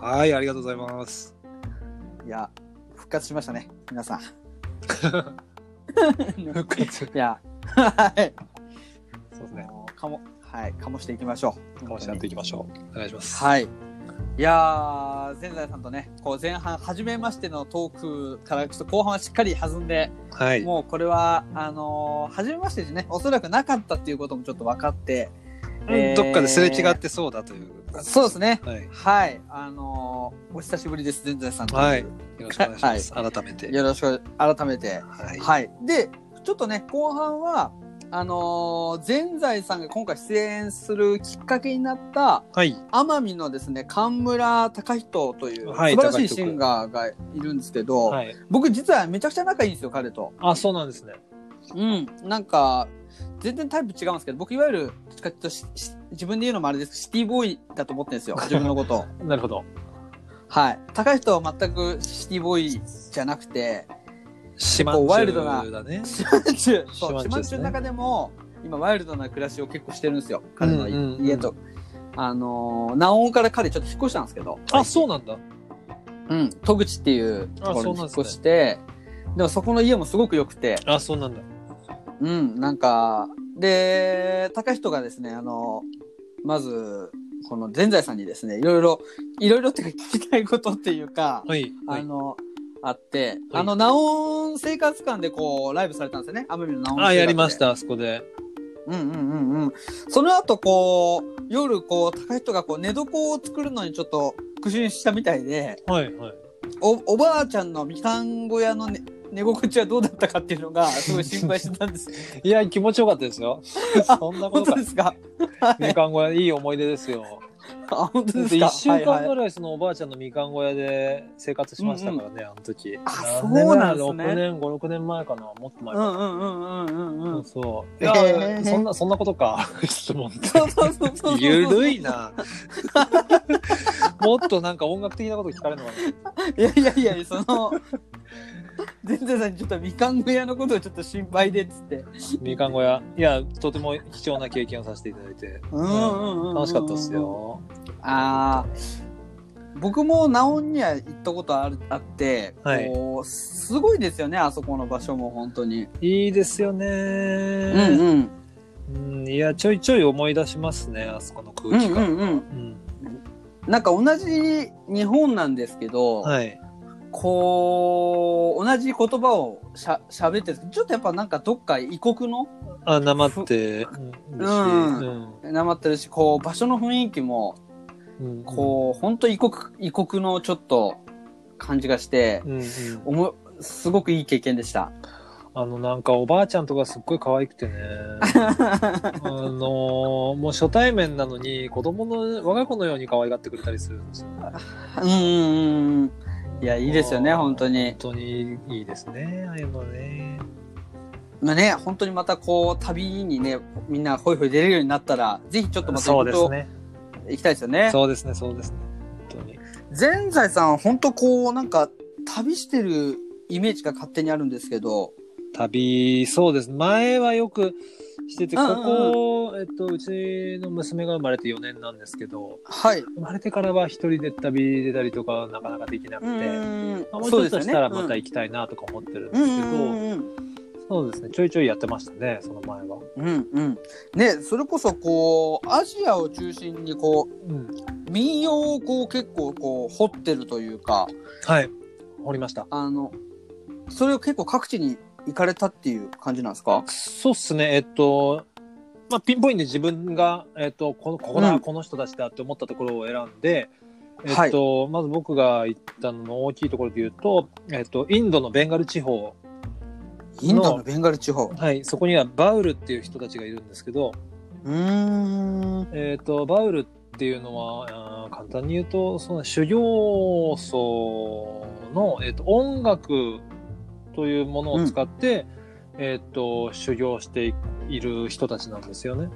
Speaker 2: はい、ありがとうござい ます。
Speaker 1: いや、復活しましたね、皆さん。
Speaker 2: 復活。
Speaker 1: いや、はい。
Speaker 2: そう ですね。
Speaker 1: もうかも、はい、かもしていきましょう。
Speaker 2: かもしなっていきましょう。お願いします。
Speaker 1: はい。いやー、前財さんとね、こう前半、初めましてのトークから、ちょっと後半はしっかり弾んで、
Speaker 2: はい。
Speaker 1: もうこれは、あのー初めましてでね、おそらくなかったっていうこともちょっと分かって、えー
Speaker 2: どっかですれ違ってそうだという。
Speaker 1: そうですね。
Speaker 2: はい。
Speaker 1: はい、あのーお久しぶりです、前財さんと。
Speaker 2: はい。よろしくお願いします。改めて。
Speaker 1: よろしく、改めて。
Speaker 2: はい。
Speaker 1: はい。で、ちょっとね、後半は、あのー、全財さんが今回出演するきっかけになった、
Speaker 2: はい。
Speaker 1: 奄美のですね、神村隆人という素
Speaker 2: はい
Speaker 1: 晴らしい
Speaker 2: 貴人君
Speaker 1: シンガーがいるんですけど、
Speaker 2: はい。
Speaker 1: 僕実はめちゃくちゃ仲いいんですよ、彼と。
Speaker 2: あ、そうなんですね。
Speaker 1: うん。なんか、全然タイプ違うんですけど、僕いわゆる、どっちかっていうとしし自分で言うのもあれですけど、シティボーイだと思ってるんですよ、自分の ことを。
Speaker 2: なるほど。
Speaker 1: はい。高人は全くシティボーイじゃなくて、
Speaker 2: 島
Speaker 1: 構ワイルドな
Speaker 2: だね。
Speaker 1: 島中、そう、
Speaker 2: 島中
Speaker 1: 島
Speaker 2: です
Speaker 1: 中
Speaker 2: ね
Speaker 1: の中でも、今ワイルドな暮らしを結構してるんですよ、彼のい
Speaker 2: うんうんうん
Speaker 1: 家と。あのー、南欧から彼ちょっと引っ越したんですけど。
Speaker 2: あ、そうなんだ。
Speaker 1: うん、戸口っていうところに引っ越して、でもそこの家もすごく良くて、
Speaker 2: あ、そうなんだ。
Speaker 1: うん、なんか、で、高人がですね、あの、まず、この全財さんにですね、いろいろ、いろいろっていうか聞きたいことっていうか、
Speaker 2: はい。は
Speaker 1: あ
Speaker 2: い。
Speaker 1: の、あって、
Speaker 2: は
Speaker 1: あ
Speaker 2: い
Speaker 1: の、ナオン生活館でこう、ライブされたんですよね、アメミのナオン生活
Speaker 2: あ、
Speaker 1: で
Speaker 2: やりまし。た、あそこで。
Speaker 1: うんうんうんうん。その後、こう、夜、こう、高人がこう、寝床を作るのにちょっと苦心したみたいで、
Speaker 2: はい。はい。
Speaker 1: おおばあちゃんのみかん小屋の、ね、寝心地はどうだったかっていうのがすごい心配してたんです
Speaker 2: いや、気持ちよかったですよ。 そんなこ
Speaker 1: 本
Speaker 2: と
Speaker 1: 当
Speaker 2: か
Speaker 1: で。すか
Speaker 2: みかん小屋、いい思い出ですよ。
Speaker 1: あ本当
Speaker 2: だ
Speaker 1: で
Speaker 2: って
Speaker 1: すか
Speaker 2: 1週間ぐ
Speaker 1: い
Speaker 2: らいそのおばあちゃんのみかん小屋で生活しましたからね、あの時。
Speaker 1: あそ
Speaker 2: 何年
Speaker 1: う
Speaker 2: 前
Speaker 1: なんですね
Speaker 2: 6年、5、6年前かな、もっと前
Speaker 1: う
Speaker 2: かな。
Speaker 1: んうんうんうんうん うん
Speaker 2: そうそう。
Speaker 1: へ
Speaker 2: い
Speaker 1: ー
Speaker 2: や、そんな、そんなことか、 質問って。
Speaker 1: そうそうそうそう
Speaker 2: ゆる
Speaker 1: い
Speaker 2: いな。 もっとなんか音楽的なこと聞かれるのか
Speaker 1: いやいやいやその全然さんにちょっとみかん小屋のことをちょっと心配でっつって
Speaker 2: な。みかん小屋。いや、とても貴重な経験をさせていただいて、
Speaker 1: うんうんうんうんうん
Speaker 2: 楽しかったですよ。
Speaker 1: あー僕もナオンには行ったことあるあって、
Speaker 2: はい
Speaker 1: こうすごいですよねあそこの場所も本当に、
Speaker 2: いいですよね、
Speaker 1: うんうん
Speaker 2: うんいや、ちょいちょい思い出しますね、あそこの
Speaker 1: う
Speaker 2: 空
Speaker 1: ん
Speaker 2: 気
Speaker 1: う
Speaker 2: 感。
Speaker 1: んうん
Speaker 2: うん
Speaker 1: なんか同じ日本なんですけど、
Speaker 2: はい。
Speaker 1: こう、同じ言葉をしゃ喋ってるんですけど、ちょっとやっぱなんかどっか異国の
Speaker 2: あ、なまってうんるし、
Speaker 1: うん
Speaker 2: うん
Speaker 1: なまってるし、こう場所の雰囲気も、
Speaker 2: うん
Speaker 1: こう、ほんと異国、異国のちょっと感じがして
Speaker 2: う、んうん
Speaker 1: おも、すごくいい経験でした。
Speaker 2: あのなんかおばあちゃんとかすっごい可愛く てねあのもう初対面なのに子供の我が子のように可愛がってくれたりするんですよ
Speaker 1: うんうんうん。いやいいですよね
Speaker 2: あー
Speaker 1: 本当に
Speaker 2: 本当にいいですねああいうのね
Speaker 1: まあね、本当にまたこう、旅にね、みんなホイホイ出れるようになったら、ぜひちょっとまた
Speaker 2: そうです
Speaker 1: 行
Speaker 2: ね
Speaker 1: きたいですよね。
Speaker 2: そうですねそうですね本当に
Speaker 1: 全財さん、本当こう、なんか、旅してるイメージが勝手にあるんですけど、
Speaker 2: 旅そうです前はよくしてて
Speaker 1: うん
Speaker 2: こ
Speaker 1: うん
Speaker 2: こ、えっと、うちの娘が生まれて4年なんですけど
Speaker 1: はい。
Speaker 2: 生まれてからは一人で旅出たりとかなかなかできなくて、
Speaker 1: うん
Speaker 2: まあもうちょっとしたらまた行きたいなとか思ってるんです
Speaker 1: うん
Speaker 2: けど、
Speaker 1: うん
Speaker 2: そうですね、ちょいちょいやってましたね、その前は。
Speaker 1: うんうんねそれこそこうアジアを中心にこ
Speaker 2: うん、
Speaker 1: う民謡をこう結構こう掘ってるというか
Speaker 2: はい、掘りました。
Speaker 1: あのそれを結構各地に行かれたっていう感じなんですか
Speaker 2: そうっすね、えっと、まあ、ピンポイントで自分が、えっと、このここだ、
Speaker 1: うん
Speaker 2: この人たちだって思ったところを選んで、
Speaker 1: は
Speaker 2: え
Speaker 1: い
Speaker 2: っと、まず僕が行ったのの大きいところで言うと、えっと、インドのベンガル地方、
Speaker 1: インドのベンガル地方
Speaker 2: はい、そこにはバウルっていう人たちがいるんですけど、
Speaker 1: うーん
Speaker 2: えっと、バウルっていうのは、あー簡単に言うと、その修行僧の、えっと、音楽というものを使って、えっと、修行している人たちなんですよね。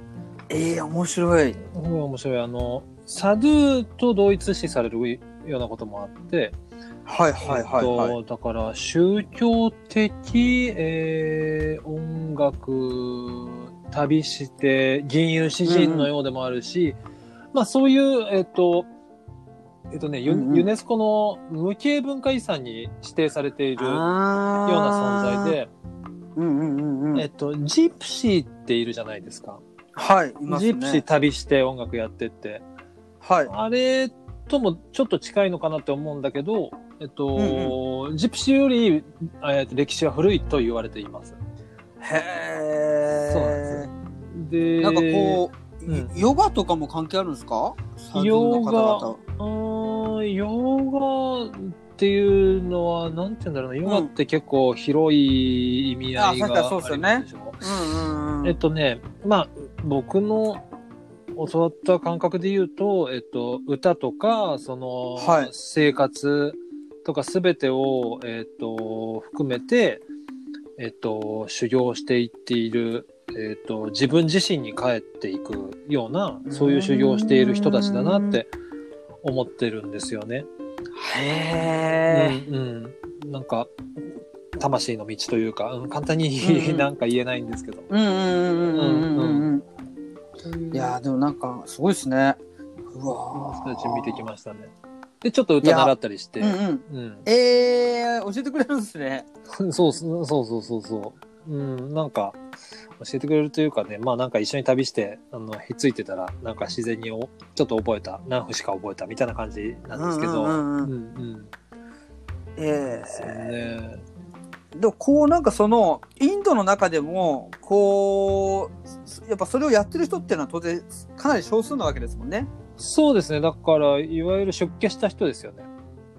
Speaker 1: ええ面白い
Speaker 2: すごい面白い。あの、サドゥと同一視されるようなこともあって、
Speaker 1: はいはいはいはい
Speaker 2: えっと、だから宗教的、えー音楽旅して吟遊詩人のようでもあるし、まあそういうえっとえっとねユ,、
Speaker 1: うんうん
Speaker 2: ネスコの無形文化遺産に指定されているような
Speaker 1: あー
Speaker 2: 存在。で、
Speaker 1: うんうんうんうん。
Speaker 2: えっと、ジプシーっているじゃないですか。
Speaker 1: はい、いますね。
Speaker 2: ジプシー旅して音楽やってって。
Speaker 1: はい。
Speaker 2: あれともちょっと近いのかなって思うんだけど、えっと、ジプシーより、えっと、歴史は古いと言われています。
Speaker 1: へー。
Speaker 2: そうで、
Speaker 1: なんかこう、
Speaker 2: うん
Speaker 1: ヨガとかも関係あるんですか
Speaker 2: ヨガ
Speaker 1: サーフィンの方々
Speaker 2: うーん、ヨガっていうのは、なんて言うんだろうな、ヨガって結構広い意味合いが
Speaker 1: あさっ
Speaker 2: あり
Speaker 1: き
Speaker 2: ま
Speaker 1: はそうっすよね
Speaker 2: でしょ
Speaker 1: うんうんうん。
Speaker 2: えっとね、まあ、僕の教わった感覚で言うと、えっと、歌とか、その、
Speaker 1: はい
Speaker 2: 生活とかすべてを、えっと、含めて、えっと、修行していっている、えっと、自分自身に帰っていくような、そういう修行をしている人たちだなって思ってるんですよね。
Speaker 1: へ
Speaker 2: うん、うん。なんか、魂の道というか、うん簡単
Speaker 1: うんう
Speaker 2: に
Speaker 1: ん
Speaker 2: なんか言えないんですけど。
Speaker 1: ー。うんうんうんうんうんうんうん。い
Speaker 2: い
Speaker 1: やーでもなんかすごいですね。うわ
Speaker 2: ス
Speaker 1: ー。
Speaker 2: タジオ見てきましたね。で、ちょっと歌習ったりして。
Speaker 1: うんうん。
Speaker 2: うん。
Speaker 1: えー、教えてくれるんですね。
Speaker 2: そうそうそうそうそうそう。うん、なんか、教えてくれるというかね、まあなんか一緒に旅して、あの、ひっついてたら、なんか自然におちょっと覚えた、何節か覚えたみたいな感じなんですけど。
Speaker 1: うん
Speaker 2: うん
Speaker 1: うんうんうん
Speaker 2: うん。
Speaker 1: え
Speaker 2: ですよ
Speaker 1: ー
Speaker 2: ね。
Speaker 1: でもこうなんかそのインドの中でもこうやっぱそれをやってる人っていうのは当然かなり少数なわけですもんね。
Speaker 2: そうですね。だから、いわゆる出家した人ですよね。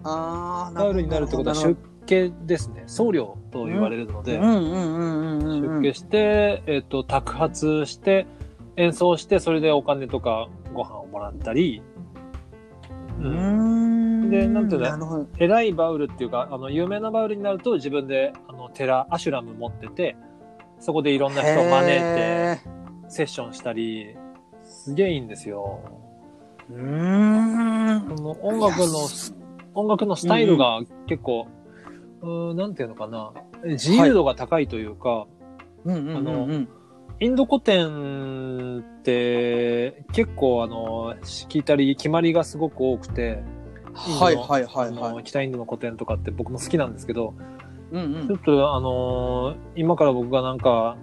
Speaker 1: ああ、
Speaker 2: 頼りになるってことは
Speaker 1: なる
Speaker 2: 出家ですね。僧侶と言われるので。
Speaker 1: ほどうんうんうんうんうんうん。
Speaker 2: 出家して、えっと宅発して演奏してそれでお金とかご飯をもらったり、う、
Speaker 1: うんん
Speaker 2: でなんていうの
Speaker 1: なるほど。
Speaker 2: 偉いバウルっていうかあの有名なバウルになると自分であの寺アシュラム持っててそこでいろんな人を招いて
Speaker 1: へー。
Speaker 2: セッションしたりすげえいいんですよ。
Speaker 1: うー
Speaker 2: こ
Speaker 1: ん。
Speaker 2: の音楽
Speaker 1: い
Speaker 2: の
Speaker 1: やす
Speaker 2: 音楽のスタイルが結構、うーん、なんていうのかな自由度が高いというか、
Speaker 1: うんうんうんうん。
Speaker 2: インド古典って結構あの聞いたり決まりがすごく多くて、
Speaker 1: はいはいはい
Speaker 2: あの
Speaker 1: はい。
Speaker 2: 北インドの古典とかって僕も好きなんですけど、
Speaker 1: うん
Speaker 2: ちょっとあの今から僕がなんか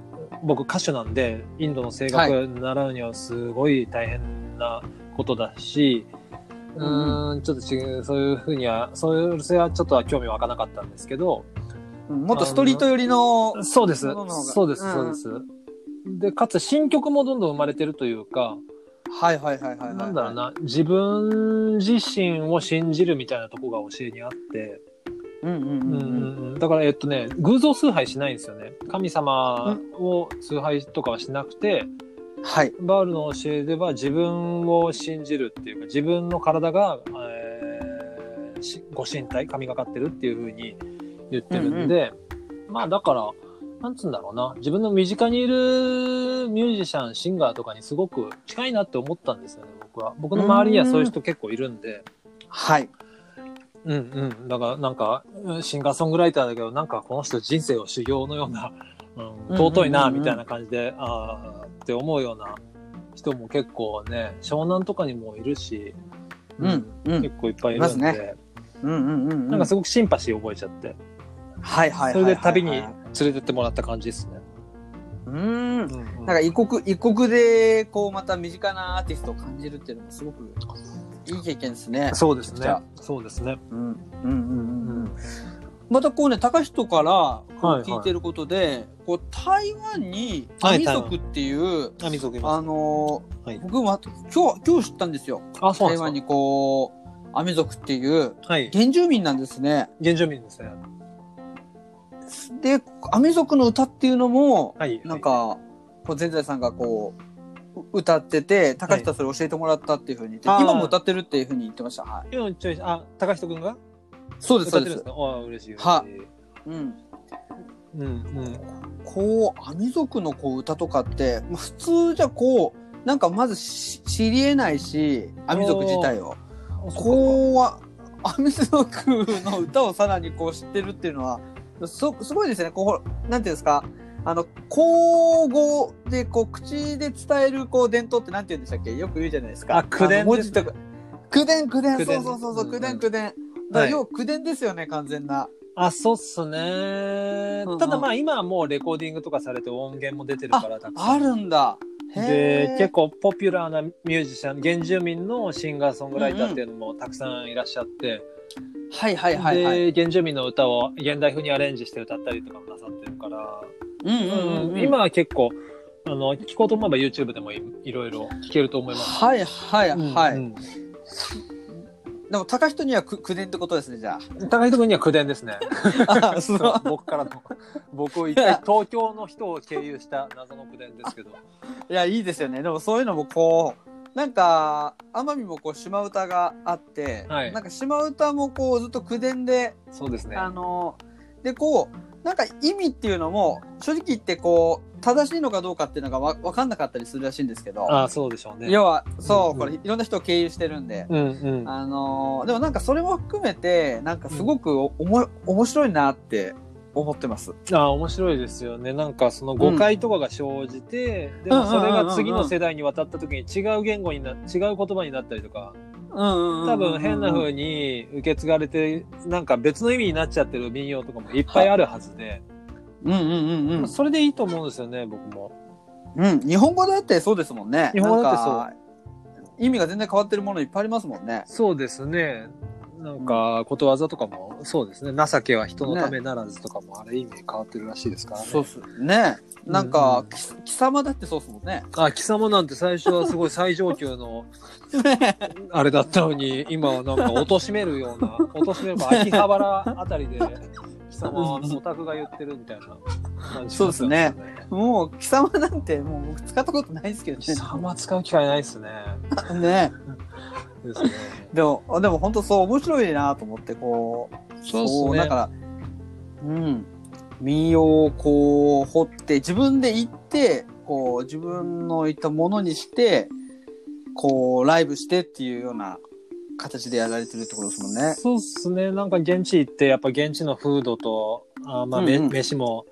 Speaker 2: 僕歌手なんでインドの声楽習うにはすごい大変なことだし、
Speaker 1: う
Speaker 2: う
Speaker 1: んうん
Speaker 2: ーんちょっと違うそういうふうにはそういうそれはちょっとは興味湧かなかったんですけど、
Speaker 1: うん。もっとストリート寄りの。
Speaker 2: そうです
Speaker 1: ものの方が
Speaker 2: そうです、
Speaker 1: うん
Speaker 2: そうです。で、かつ新曲もどんどん生まれてるというか、
Speaker 1: はいはいはいはいはい。
Speaker 2: なんだろう。な、自分自身を信じるみたいなとこが教えにあって、
Speaker 1: うんうん
Speaker 2: う
Speaker 1: うんんう
Speaker 2: う
Speaker 1: ん。
Speaker 2: んうん、だからえっとね、偶像崇拝しないんですよね。神様を崇拝とかはしなくて、
Speaker 1: はい。
Speaker 2: バールの教えでは自分を信じるっていうか、自分の体が、えーしご神体、神がかってるっていう風に言ってるんで、まあだから、なんつうんだろうな、自分の身近にいるミュージシャン、シンガーとかにすごく近いなって思ったんですよね、僕は。僕の周りにはそういう人結構いるんで、
Speaker 1: はい。
Speaker 2: うんうん。だからなんか、うんシンガーソングライターだけど、なんかこの人人生を修行のよう な、うん、尊いな、
Speaker 1: うんうんうんうん
Speaker 2: みたいな感じで、ああ、って思うような人も結構ね、湘南とかにもいるし、
Speaker 1: うんうん
Speaker 2: 結構いっぱいいるん
Speaker 1: い
Speaker 2: で、
Speaker 1: ますうんうんうんうん。
Speaker 2: なんかすごくシンパシー覚えちゃって、
Speaker 1: はいはいはいはいはい。
Speaker 2: それで旅に連れてってもらった感じですね。
Speaker 1: うーん。
Speaker 2: うんうん
Speaker 1: なんか異国、異国で、こう、また身近なアーティストを感じるっていうのもすごくいい経験ですね。
Speaker 2: そうです
Speaker 1: じ
Speaker 2: ね
Speaker 1: ゃあ。
Speaker 2: そうですね。
Speaker 1: うん。うんうんうんう。
Speaker 2: うん
Speaker 1: またこうね、高人からこう
Speaker 2: はいはい
Speaker 1: 聞いてることで、こう、台湾に、
Speaker 2: はい
Speaker 1: 民族っていう、
Speaker 2: あ、水族いま
Speaker 1: あのー
Speaker 2: はい
Speaker 1: 僕も今日、今日知ったんですよ。
Speaker 2: す。あ、そう
Speaker 1: 台
Speaker 2: な
Speaker 1: 湾
Speaker 2: んで
Speaker 1: に
Speaker 2: す
Speaker 1: こう、アメ族っていう、
Speaker 2: か。はい。
Speaker 1: 原住民なんですね。
Speaker 2: 原住民ですね。
Speaker 1: で、アメ族の歌っていうのも、
Speaker 2: はい。
Speaker 1: なんか、こう、全財さんがこう、う歌ってて、高橋さんそれ教えてもらったっていうふうに言って、
Speaker 2: あー
Speaker 1: 今も歌ってるっていうふうに言ってました。はい。
Speaker 2: 今ちょい、あ、高人くんが
Speaker 1: そうです、そ
Speaker 2: 歌っ
Speaker 1: う
Speaker 2: て
Speaker 1: で
Speaker 2: るんですす。かあ嬉しい。
Speaker 1: は
Speaker 2: 嬉しい
Speaker 1: うん。
Speaker 2: うんうん。
Speaker 1: こう、アミ族のこう歌とかって、まあ普通じゃこう、なんかまずし知り得ないし、アミ族自体を。こうは、アミ族の歌をさらにこう知ってるっていうのは、そすごいですね。こう、ほらなんていうんですか、あの、口語で、こう、口で伝える、こう、伝統ってなんて言うんでしたっけよく言うじゃないですか。
Speaker 2: あ口伝
Speaker 1: あの文字とか。口伝、口伝、
Speaker 2: 口
Speaker 1: そ
Speaker 2: 伝
Speaker 1: うそうそうそう、
Speaker 2: うん
Speaker 1: 口伝、口伝。だから
Speaker 2: はい
Speaker 1: 要は口伝ですよね、完全な。
Speaker 2: あ、そうっすね
Speaker 1: うんうん。
Speaker 2: ただまあ今はもうレコーディングとかされて音源も出てるからたくさん
Speaker 1: あるんだ。へ
Speaker 2: で
Speaker 1: ー
Speaker 2: 結構ポピュラーなミュージシャン原住民のシンガーソングライターっていうのもたくさんいらっしゃって、
Speaker 1: はいはいはいはい。
Speaker 2: で原住民の歌を現代風にアレンジして歌ったりとかもなさってるから、
Speaker 1: うんうんうんうん。
Speaker 2: 今は結構あの聞こうと思えば YouTube でもいいろいろ聞けると思います。
Speaker 1: はいはいはい。
Speaker 2: うん
Speaker 1: でも、高人にはく口伝ってことですね、じゃ
Speaker 2: うん高井君には口伝ですね。
Speaker 1: あ。あそう
Speaker 2: 僕からの僕を一回東京の人を経由した謎の口伝ですけど。
Speaker 1: いや、いいですよね。でもそういうのもこう、なんか、奄美もこう、島唄があって、
Speaker 2: はい
Speaker 1: なんか島唄もこう、ずっと口伝で、
Speaker 2: そうですね。
Speaker 1: あの、で、こう、なんか意味っていうのも、正直言ってこう、正しいのかどうかっていうのがわわかんなかったりするらしいんですけど、
Speaker 2: あそうでしょうね。
Speaker 1: 要は、そう、
Speaker 2: うん
Speaker 1: これ、いろんな人を経由してるんで、
Speaker 2: うんうん。
Speaker 1: あの、でもなんかそれも含めて、なんかすごくおおも、面白いなって思ってます。
Speaker 2: あー面白いですよねなんかその誤解とかが生じて、でもそれが次の世代に渡った時に違う言語にな違う言葉になったりとか多
Speaker 1: 多
Speaker 2: 分変な風に受け継がれてなんか別の意味になっちゃってる民謡とかもいっぱいあるはずで、
Speaker 1: うんうんうんうん。
Speaker 2: それでいいと思うんですよね僕も。
Speaker 1: うん、日本語だってそうですもんね。
Speaker 2: 日本語だってそう
Speaker 1: なんか意味が全然変わってるものいっぱいありますもんね。
Speaker 2: そうですねなんかことわざとかもそうですね情けは人のためならずとかもあれ意味変わってるらしいですからね。
Speaker 1: そうっすね。なんか、
Speaker 2: うん
Speaker 1: き貴様だってそうっすもんね。
Speaker 2: あ貴様なんて最初はすごい最上 級のあれだったのに今はなんか貶めるような貶めるか秋葉原あたりで貴様
Speaker 1: うん
Speaker 2: オタクが言ってるみたいな感じ
Speaker 1: そうですねもう貴様なんてもう僕使ったことないですけど
Speaker 2: 貴様使う機会ないですね
Speaker 1: ね。 ね。
Speaker 2: ですね
Speaker 1: でもでも本当そう面白いなと思ってこう。
Speaker 2: そうっすね
Speaker 1: だからうん民謡をこう掘って自分で行ってこう自分のいたものにしてこうライブしてっていうような形でやられてるってことですもんね。
Speaker 2: そうですねなんか現地行ってやっぱ現地のフードとあまあ、め
Speaker 1: うんうん
Speaker 2: 飯も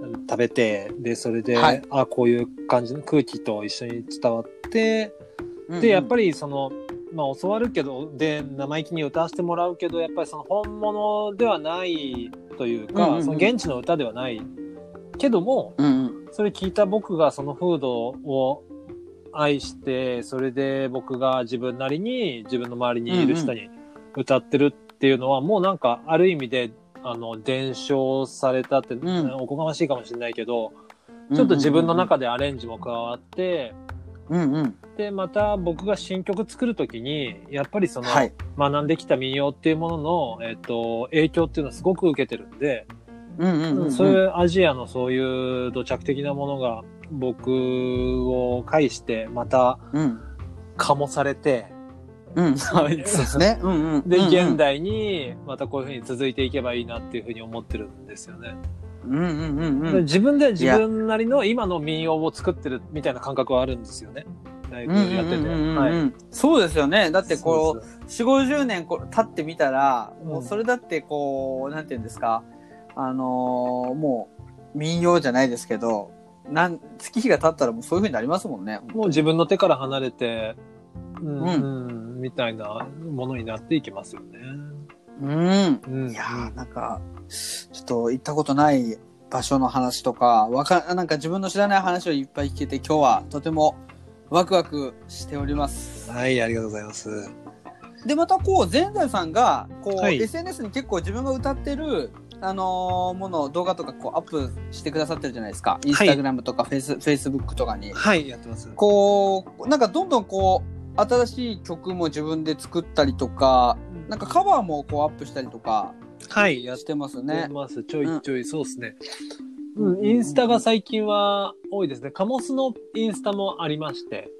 Speaker 2: うん食べてでそれで、
Speaker 1: はい
Speaker 2: あこういう感じの空気と一緒に伝わってでやっぱ
Speaker 1: り
Speaker 2: りその、まあ、教わるけどで生意気に歌わせてもらうけどやっぱりその本物ではないという
Speaker 1: う
Speaker 2: か、
Speaker 1: んうんうん
Speaker 2: その現地の歌ではないけども
Speaker 1: うんうん
Speaker 2: それ聞いた僕がその風土を愛してそれで僕が自分なりに自分の周りにいる人に歌ってるっていうのは、もうなんかある意味であの伝承されたって、
Speaker 1: ん
Speaker 2: おこがましいかもしれないけどちょっと自分の中でアレンジも加わって。
Speaker 1: うんうん
Speaker 2: でまた僕が新曲作るときにやっぱりその、
Speaker 1: はい
Speaker 2: 学んできた民謡っていうものの、えっと影響っていうのはすごく受けてるんで、
Speaker 1: うんうんうん
Speaker 2: そういうアジアのそういう土着的なものが僕を介してまた
Speaker 1: うん
Speaker 2: 醸されて
Speaker 1: うんそうですね。うんうん
Speaker 2: で、
Speaker 1: うんうん
Speaker 2: 現代にまたこういうふうに続いていけばいいなっていうふうに思ってるんですよね。
Speaker 1: うんうんうんう
Speaker 2: で
Speaker 1: ん
Speaker 2: 自分で自分なりの今の民謡を作ってるみたいな感覚はあるんですよね。ライブやってて。
Speaker 1: うんうんうんうん
Speaker 2: はい
Speaker 1: そうですよね。だってこう
Speaker 2: そうそう
Speaker 1: 四五十年こう経ってみたら、
Speaker 2: うん
Speaker 1: もうそれだってこう、なんて言うんですか、あのーもう民謡じゃないですけど、なん月日が経ったらもうそういう風になりますもんね。
Speaker 2: もう自分の手から離れて、うん、
Speaker 1: う
Speaker 2: うんみたいなものになっていきますよね。
Speaker 1: うん。
Speaker 2: うん、
Speaker 1: いやー、なんか、ちょっと行ったことない場所の話とか、わか、なんか自分の知らない話をいっぱい聞けて、今日はとてもワクワクしております。
Speaker 2: はい、ありがとうございます。
Speaker 1: で、またこう、ぜんざいさんが、こう、
Speaker 2: はい
Speaker 1: SNS に結構自分が歌ってる、あのーもの、動画とかこう、アップしてくださってるじゃないですか。インスタグラムとかフェイス、フェイスブックとかに。
Speaker 2: はい、やってます。
Speaker 1: こう、なんかどんどんこう、新しい曲も自分で作ったりとか、なんかカバーもこう、アップしたりとか
Speaker 2: はい、やっ
Speaker 1: してます
Speaker 2: て
Speaker 1: ね。
Speaker 2: ます。ちょいちょい、そうですね。
Speaker 1: う
Speaker 2: うんん、インスタが最近は多いですね。カモスのインスタもありまして、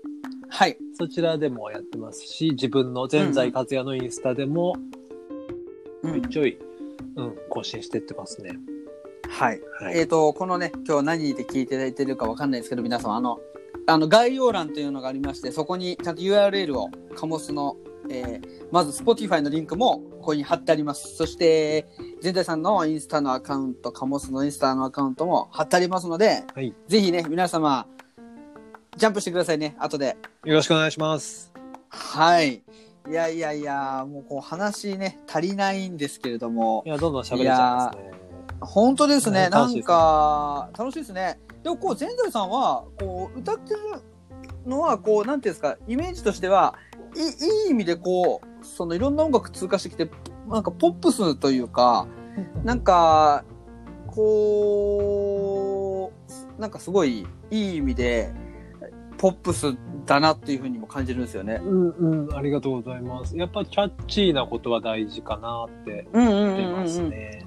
Speaker 1: はい。
Speaker 2: そちらでもやってますし、自分の全財活也のインスタでも、
Speaker 1: う
Speaker 2: ちょい
Speaker 1: ん
Speaker 2: ちょい、うん、更新してってますね。
Speaker 1: はい。
Speaker 2: はい。
Speaker 1: えっ、と、このね、今日何で聞いていただいてるかわかんないですけど、皆様、あの、あの概要欄というのがありまして、そこにちゃんと URL を、カモスのえーまず Spotify のリンクもここに貼ってあります。そして、全体さんのインスタのアカウント、カモスのインスタのアカウントも貼ってありますので、
Speaker 2: はい
Speaker 1: ぜひね、皆様、ジャンプしてくださいね、後で。
Speaker 2: よろしくお願いします。
Speaker 1: はい。いやいやいや、もうこう話ね、足りないんですけれども
Speaker 2: い、や、どんどん喋れちゃいますね。
Speaker 1: 本当ですね、
Speaker 2: ね
Speaker 1: な
Speaker 2: 楽し
Speaker 1: ん
Speaker 2: いですね
Speaker 1: か、楽しいですね。でもこう、全財さんは、こう、歌ってるのは、こう、なんていうんですか、イメージとしては、いいい意味でこう、そのいろんな音楽通過してきて、なんかポップスというか、なんか、こう、なんかすごいいい意味で、ポップスだなっていうふうにも感じるんですよね。
Speaker 2: うんうん、ありがとうございます。やっぱキャッチーなことは大事かなって
Speaker 1: うんうん
Speaker 2: 思ってます
Speaker 1: なん
Speaker 2: ね。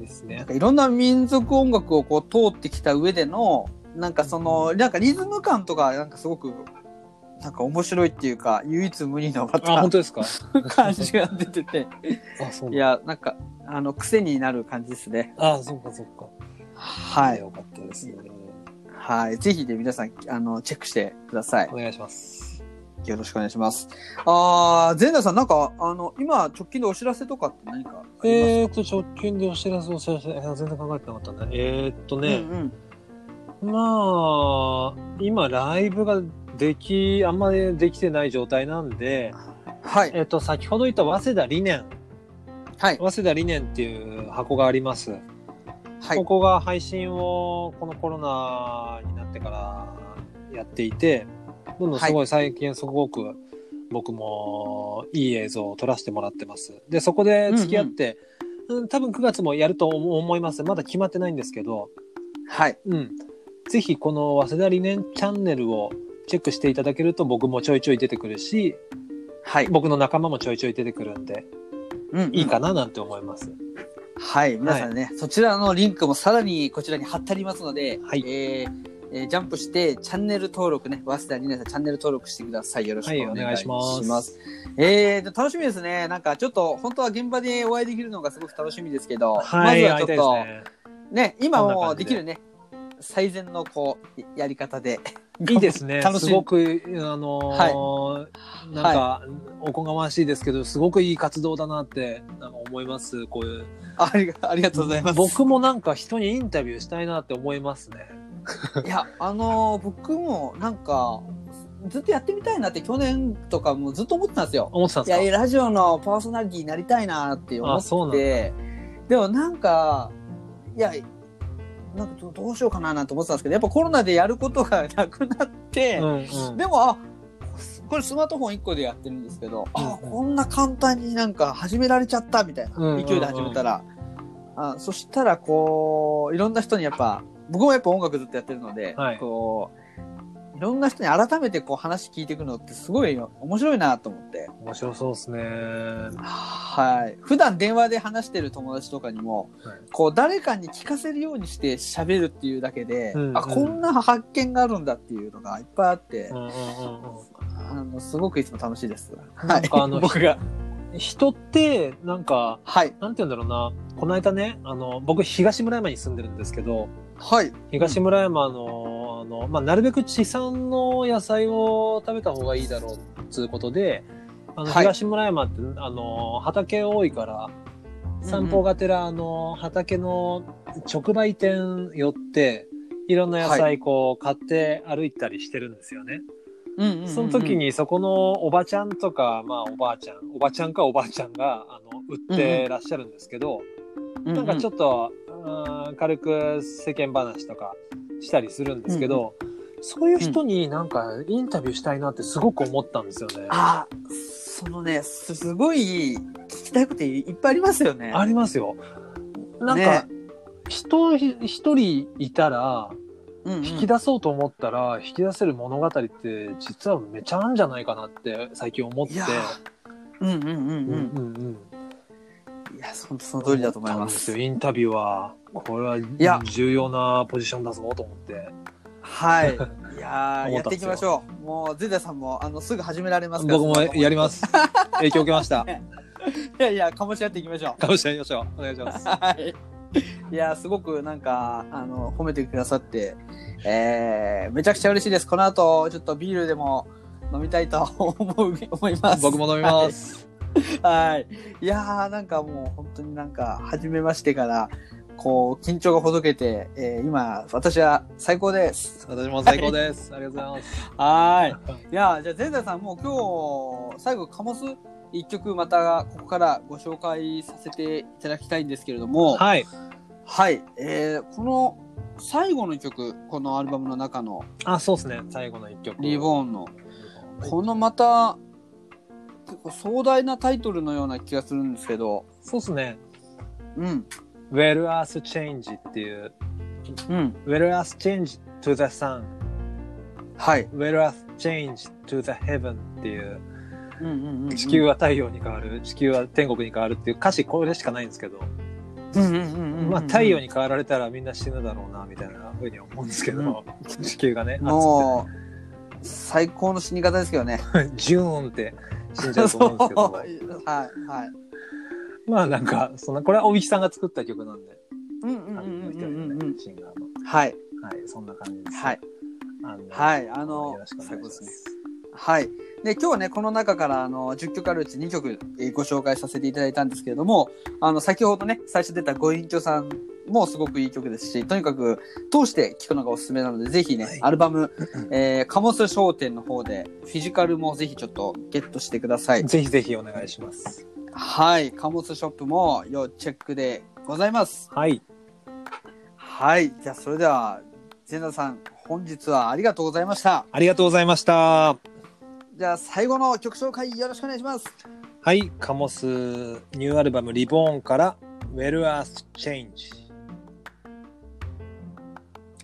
Speaker 2: ですね。
Speaker 1: かいろんな民族音楽をこう通ってきた上での、なんかその、なんかリズム感とか、なんかすごく、なんか面白いっていうか、唯一無二のま
Speaker 2: あ、
Speaker 1: た
Speaker 2: 本当ですか。
Speaker 1: 感じが出てて、
Speaker 2: あ、そう
Speaker 1: い
Speaker 2: なんだ。
Speaker 1: や、なんか、あの、癖になる感じですね。
Speaker 2: あ、そっかそっか。
Speaker 1: は
Speaker 2: や
Speaker 1: い。
Speaker 2: よかったですね。
Speaker 1: はい。ぜひね、皆さん、あの、チェックしてください
Speaker 2: お。願いします。
Speaker 1: よろしくお願いします。あー、ゼンダさん、なんか、あの、今、直近でお知らせとかって何かあり
Speaker 2: えーと、直近でお知らせお知らせ、えー全然考えてなかったね。えーっと
Speaker 1: ますか、
Speaker 2: ね、
Speaker 1: うん
Speaker 2: まあ、今ライブができ、あんまりできてない状態なんで、
Speaker 1: うん。はい。
Speaker 2: えっと、先ほど言った早稲田理念、
Speaker 1: はい。
Speaker 2: 早稲田理念っていう箱があります。
Speaker 1: はい
Speaker 2: こ。こが配信をこのコロナになってからやっていて、どんどんすごい最近すごく僕もいい映像を撮らせてもらってます。で、そこで付き合って、うん多分9月もやると思思います。まだ決まってないんですけど、
Speaker 1: はい。
Speaker 2: うん。ぜひこの早稲田理念チャンネルをチェックしていただけると僕もちょいちょい出てくるし、
Speaker 1: はい。
Speaker 2: 僕の仲間もちょいちょい出てくるんで、
Speaker 1: うん
Speaker 2: いいかななんて思います。
Speaker 1: はい、皆さんね、そちらのリンクもさらにこちらに貼ってありますので、
Speaker 2: はい
Speaker 1: えーえージャンプしてチャンネル登録ね、早稲田里奈さんチャンネル登録してください。よろしくお願いします。
Speaker 2: はいお願いします
Speaker 1: えーと楽しみですね。なんかちょっと本当は現場でお会いできるのがすごく楽しみですけど、
Speaker 2: はい、
Speaker 1: まずは
Speaker 2: 会
Speaker 1: ちょっ
Speaker 2: いたいで
Speaker 1: と
Speaker 2: す
Speaker 1: ね
Speaker 2: ね。
Speaker 1: 今
Speaker 2: こんな
Speaker 1: も
Speaker 2: 感
Speaker 1: で
Speaker 2: じで
Speaker 1: きるね、最善のこう、やり方で。
Speaker 2: いいですね。
Speaker 1: 楽し
Speaker 2: す
Speaker 1: み
Speaker 2: ごく、あのーなんか、おこがましいですけど、すごくいい活動だなって、なんか思います。こ ういう。
Speaker 1: ありがありがとうございます。
Speaker 2: 僕もなんか人にインタビューしたいなって思いますね。
Speaker 1: いや、あのー僕もなんか、ずっとやってみたいなって去年とかもずっと思ってたんですよ。
Speaker 2: 思ってたん
Speaker 1: い
Speaker 2: です
Speaker 1: や
Speaker 2: か
Speaker 1: ラジオのパーソナリティになりたいなって思
Speaker 2: あそう
Speaker 1: っ
Speaker 2: なんだ
Speaker 1: てでもなんかいやなんかどどうしようかななんて思ってたんですけどやっぱコロナでやることがなくなって、
Speaker 2: うんうん
Speaker 1: でもあこれスマートフォン1個でやってるんですけど、あ
Speaker 2: うんうん
Speaker 1: こんな簡単になんか始められちゃったみたいな
Speaker 2: うんうんうん
Speaker 1: 勢いで始めたら、あそしたらこういろんな人にやっぱ僕もやっぱ音楽ずっとやってるので、
Speaker 2: はい
Speaker 1: こういろんな人に改めてこう話聞いていくのってすごい面白いなと思って。
Speaker 2: 面白そうですね。
Speaker 1: はい。普段電話で話してる友達とかにも、
Speaker 2: はい
Speaker 1: こう誰かに聞かせるようにして喋るっていうだけで、
Speaker 2: うんうん
Speaker 1: あ、こんな発見があるんだっていうのがいっぱいあって
Speaker 2: うん、うんうんうん
Speaker 1: あの、すごくいつも楽しいです。は
Speaker 2: ないん。かあの
Speaker 1: 僕が。
Speaker 2: 人って、なんか、
Speaker 1: はい。
Speaker 2: なんて言うんだろうな。この間ね、あの、僕、東村山に住んでるんですけど、
Speaker 1: はい。
Speaker 2: 東村山の、あの、まあ、なるべく地産の野菜を食べた方がいいだろう、つうことで、あの、
Speaker 1: はい
Speaker 2: 東村山って、あの、畑多いから、散歩がてら、あの、畑の直売店寄って、いろんな野
Speaker 1: は
Speaker 2: 菜こう買って歩いたりしてるんですよね。
Speaker 1: うんうんうんうん
Speaker 2: その時。にそこのおばちゃんとか、まあおばあちゃん、おばちゃんかおばあちゃんが、あの、売ってらっしゃるんですけど、なんかちょ
Speaker 1: っ
Speaker 2: っと、うん軽く世間話とかしたりするんですけど、そういう人になんかインタビューしたいなってすごく思ったんですよね。あ
Speaker 1: あ、そのね、すすごい聞きたいこといっぱいありますよね。
Speaker 2: りますよ。なんか、
Speaker 1: ね
Speaker 2: 人一人いたら
Speaker 1: うんうん
Speaker 2: 引き出そうと思ったら引き出せる物語って実はめちゃあるんじゃないかなって最近思って。
Speaker 1: いやうんうんうん
Speaker 2: うん
Speaker 1: うん。
Speaker 2: うんうん。
Speaker 1: いや、そその通りだと思い
Speaker 2: 思ったん
Speaker 1: ま
Speaker 2: ですすよ。。インタビューは、これ
Speaker 1: や
Speaker 2: は重要なポジションだぞと思って。
Speaker 1: はい。いやー、
Speaker 2: 思
Speaker 1: や
Speaker 2: っ
Speaker 1: った
Speaker 2: ん
Speaker 1: てい
Speaker 2: です
Speaker 1: き
Speaker 2: よ
Speaker 1: ましょう。もう、ゼダさんも、あの、すぐ始められますから。。
Speaker 2: 僕もやります す。影響受けました。
Speaker 1: いやいや、かもし合っていきましょう。
Speaker 2: かもしれないましょう。お願いします。
Speaker 1: はい。いやー、すごくなんか、あの、褒めてくださって、えー、めちゃくちゃ嬉しいです。この後、ちょっとビールでも、飲みたいと 思う思います。
Speaker 2: 僕も飲みます。
Speaker 1: はい。いやー、なんかもう本当になんか、初めましてから、こう、緊張がほどけて、えー今、私は最高です。
Speaker 2: 私も最高です。ありがとうございます。
Speaker 1: はい。いやー、じゃあ、ゼンダさん、もう今日、最後、カモス一曲、また、ここからご紹介させていただきたいんですけれども、はい。
Speaker 2: はい。
Speaker 1: えーこの、最後の曲、このアルバムの中の、
Speaker 2: あ、そうですね。最後の一曲。
Speaker 1: リボーンの、
Speaker 2: はい
Speaker 1: このまた、結構壮大なタイトルのような気がするんですけど、
Speaker 2: そうですね。
Speaker 1: うん、
Speaker 2: Well Earth Change っていう、
Speaker 1: うん、
Speaker 2: Well Earth Change to the Sun,
Speaker 1: はい。
Speaker 2: Well Earth Change to the Heaven っていう、
Speaker 1: うんうんうんうん、
Speaker 2: 地球は太陽に変わる、地球は天国に変わるっていう歌詞これしかないんですけど、ま
Speaker 1: ま
Speaker 2: あ太陽に変わられたらみんな死ぬだろうな、みたいな風に思うんですけど、地球がね、
Speaker 1: もう最高の死に方ですけど ね。
Speaker 2: 暑くてジューンって死んじゃうと思うんですけ
Speaker 1: そう
Speaker 2: ど
Speaker 1: は、いはい。
Speaker 2: まあなんか、そんな、これは大木さんが作った曲なんで、
Speaker 1: うんう
Speaker 2: あ
Speaker 1: ん
Speaker 2: の
Speaker 1: うん
Speaker 2: 一
Speaker 1: う
Speaker 2: 人
Speaker 1: んうんう
Speaker 2: の
Speaker 1: ん
Speaker 2: ね。シンガーの。
Speaker 1: はい
Speaker 2: はい、そんな感じです。
Speaker 1: はい
Speaker 2: あの。
Speaker 1: はいあの
Speaker 2: よろしくお願いし
Speaker 1: そ
Speaker 2: ま。
Speaker 1: ういうことですはい。で今日はねこの中からあの10曲あるうち2曲、えーご紹介させていただいたんですけれども、あの先ほどね最初出たご隠居さんもすごくいい曲ですし、とにかく通して聴くのがおすすめなのでぜひね、
Speaker 2: はい
Speaker 1: アルバム、えー、カモス商店の方でフィジカルもぜひちょっとゲットしてください。
Speaker 2: ぜひぜひお願いします。
Speaker 1: はい、貨物ショップも要チェックでございます。
Speaker 2: はい。
Speaker 1: はい、じゃあそれでは、ゼンダさん、本日はありがとうございました。
Speaker 2: ありがとうございました。
Speaker 1: じゃあ最後の曲紹介よろしくお願いします。
Speaker 2: はい、カモスニューアルバムリボーンから Well Earth Change。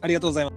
Speaker 2: ありがとうございます。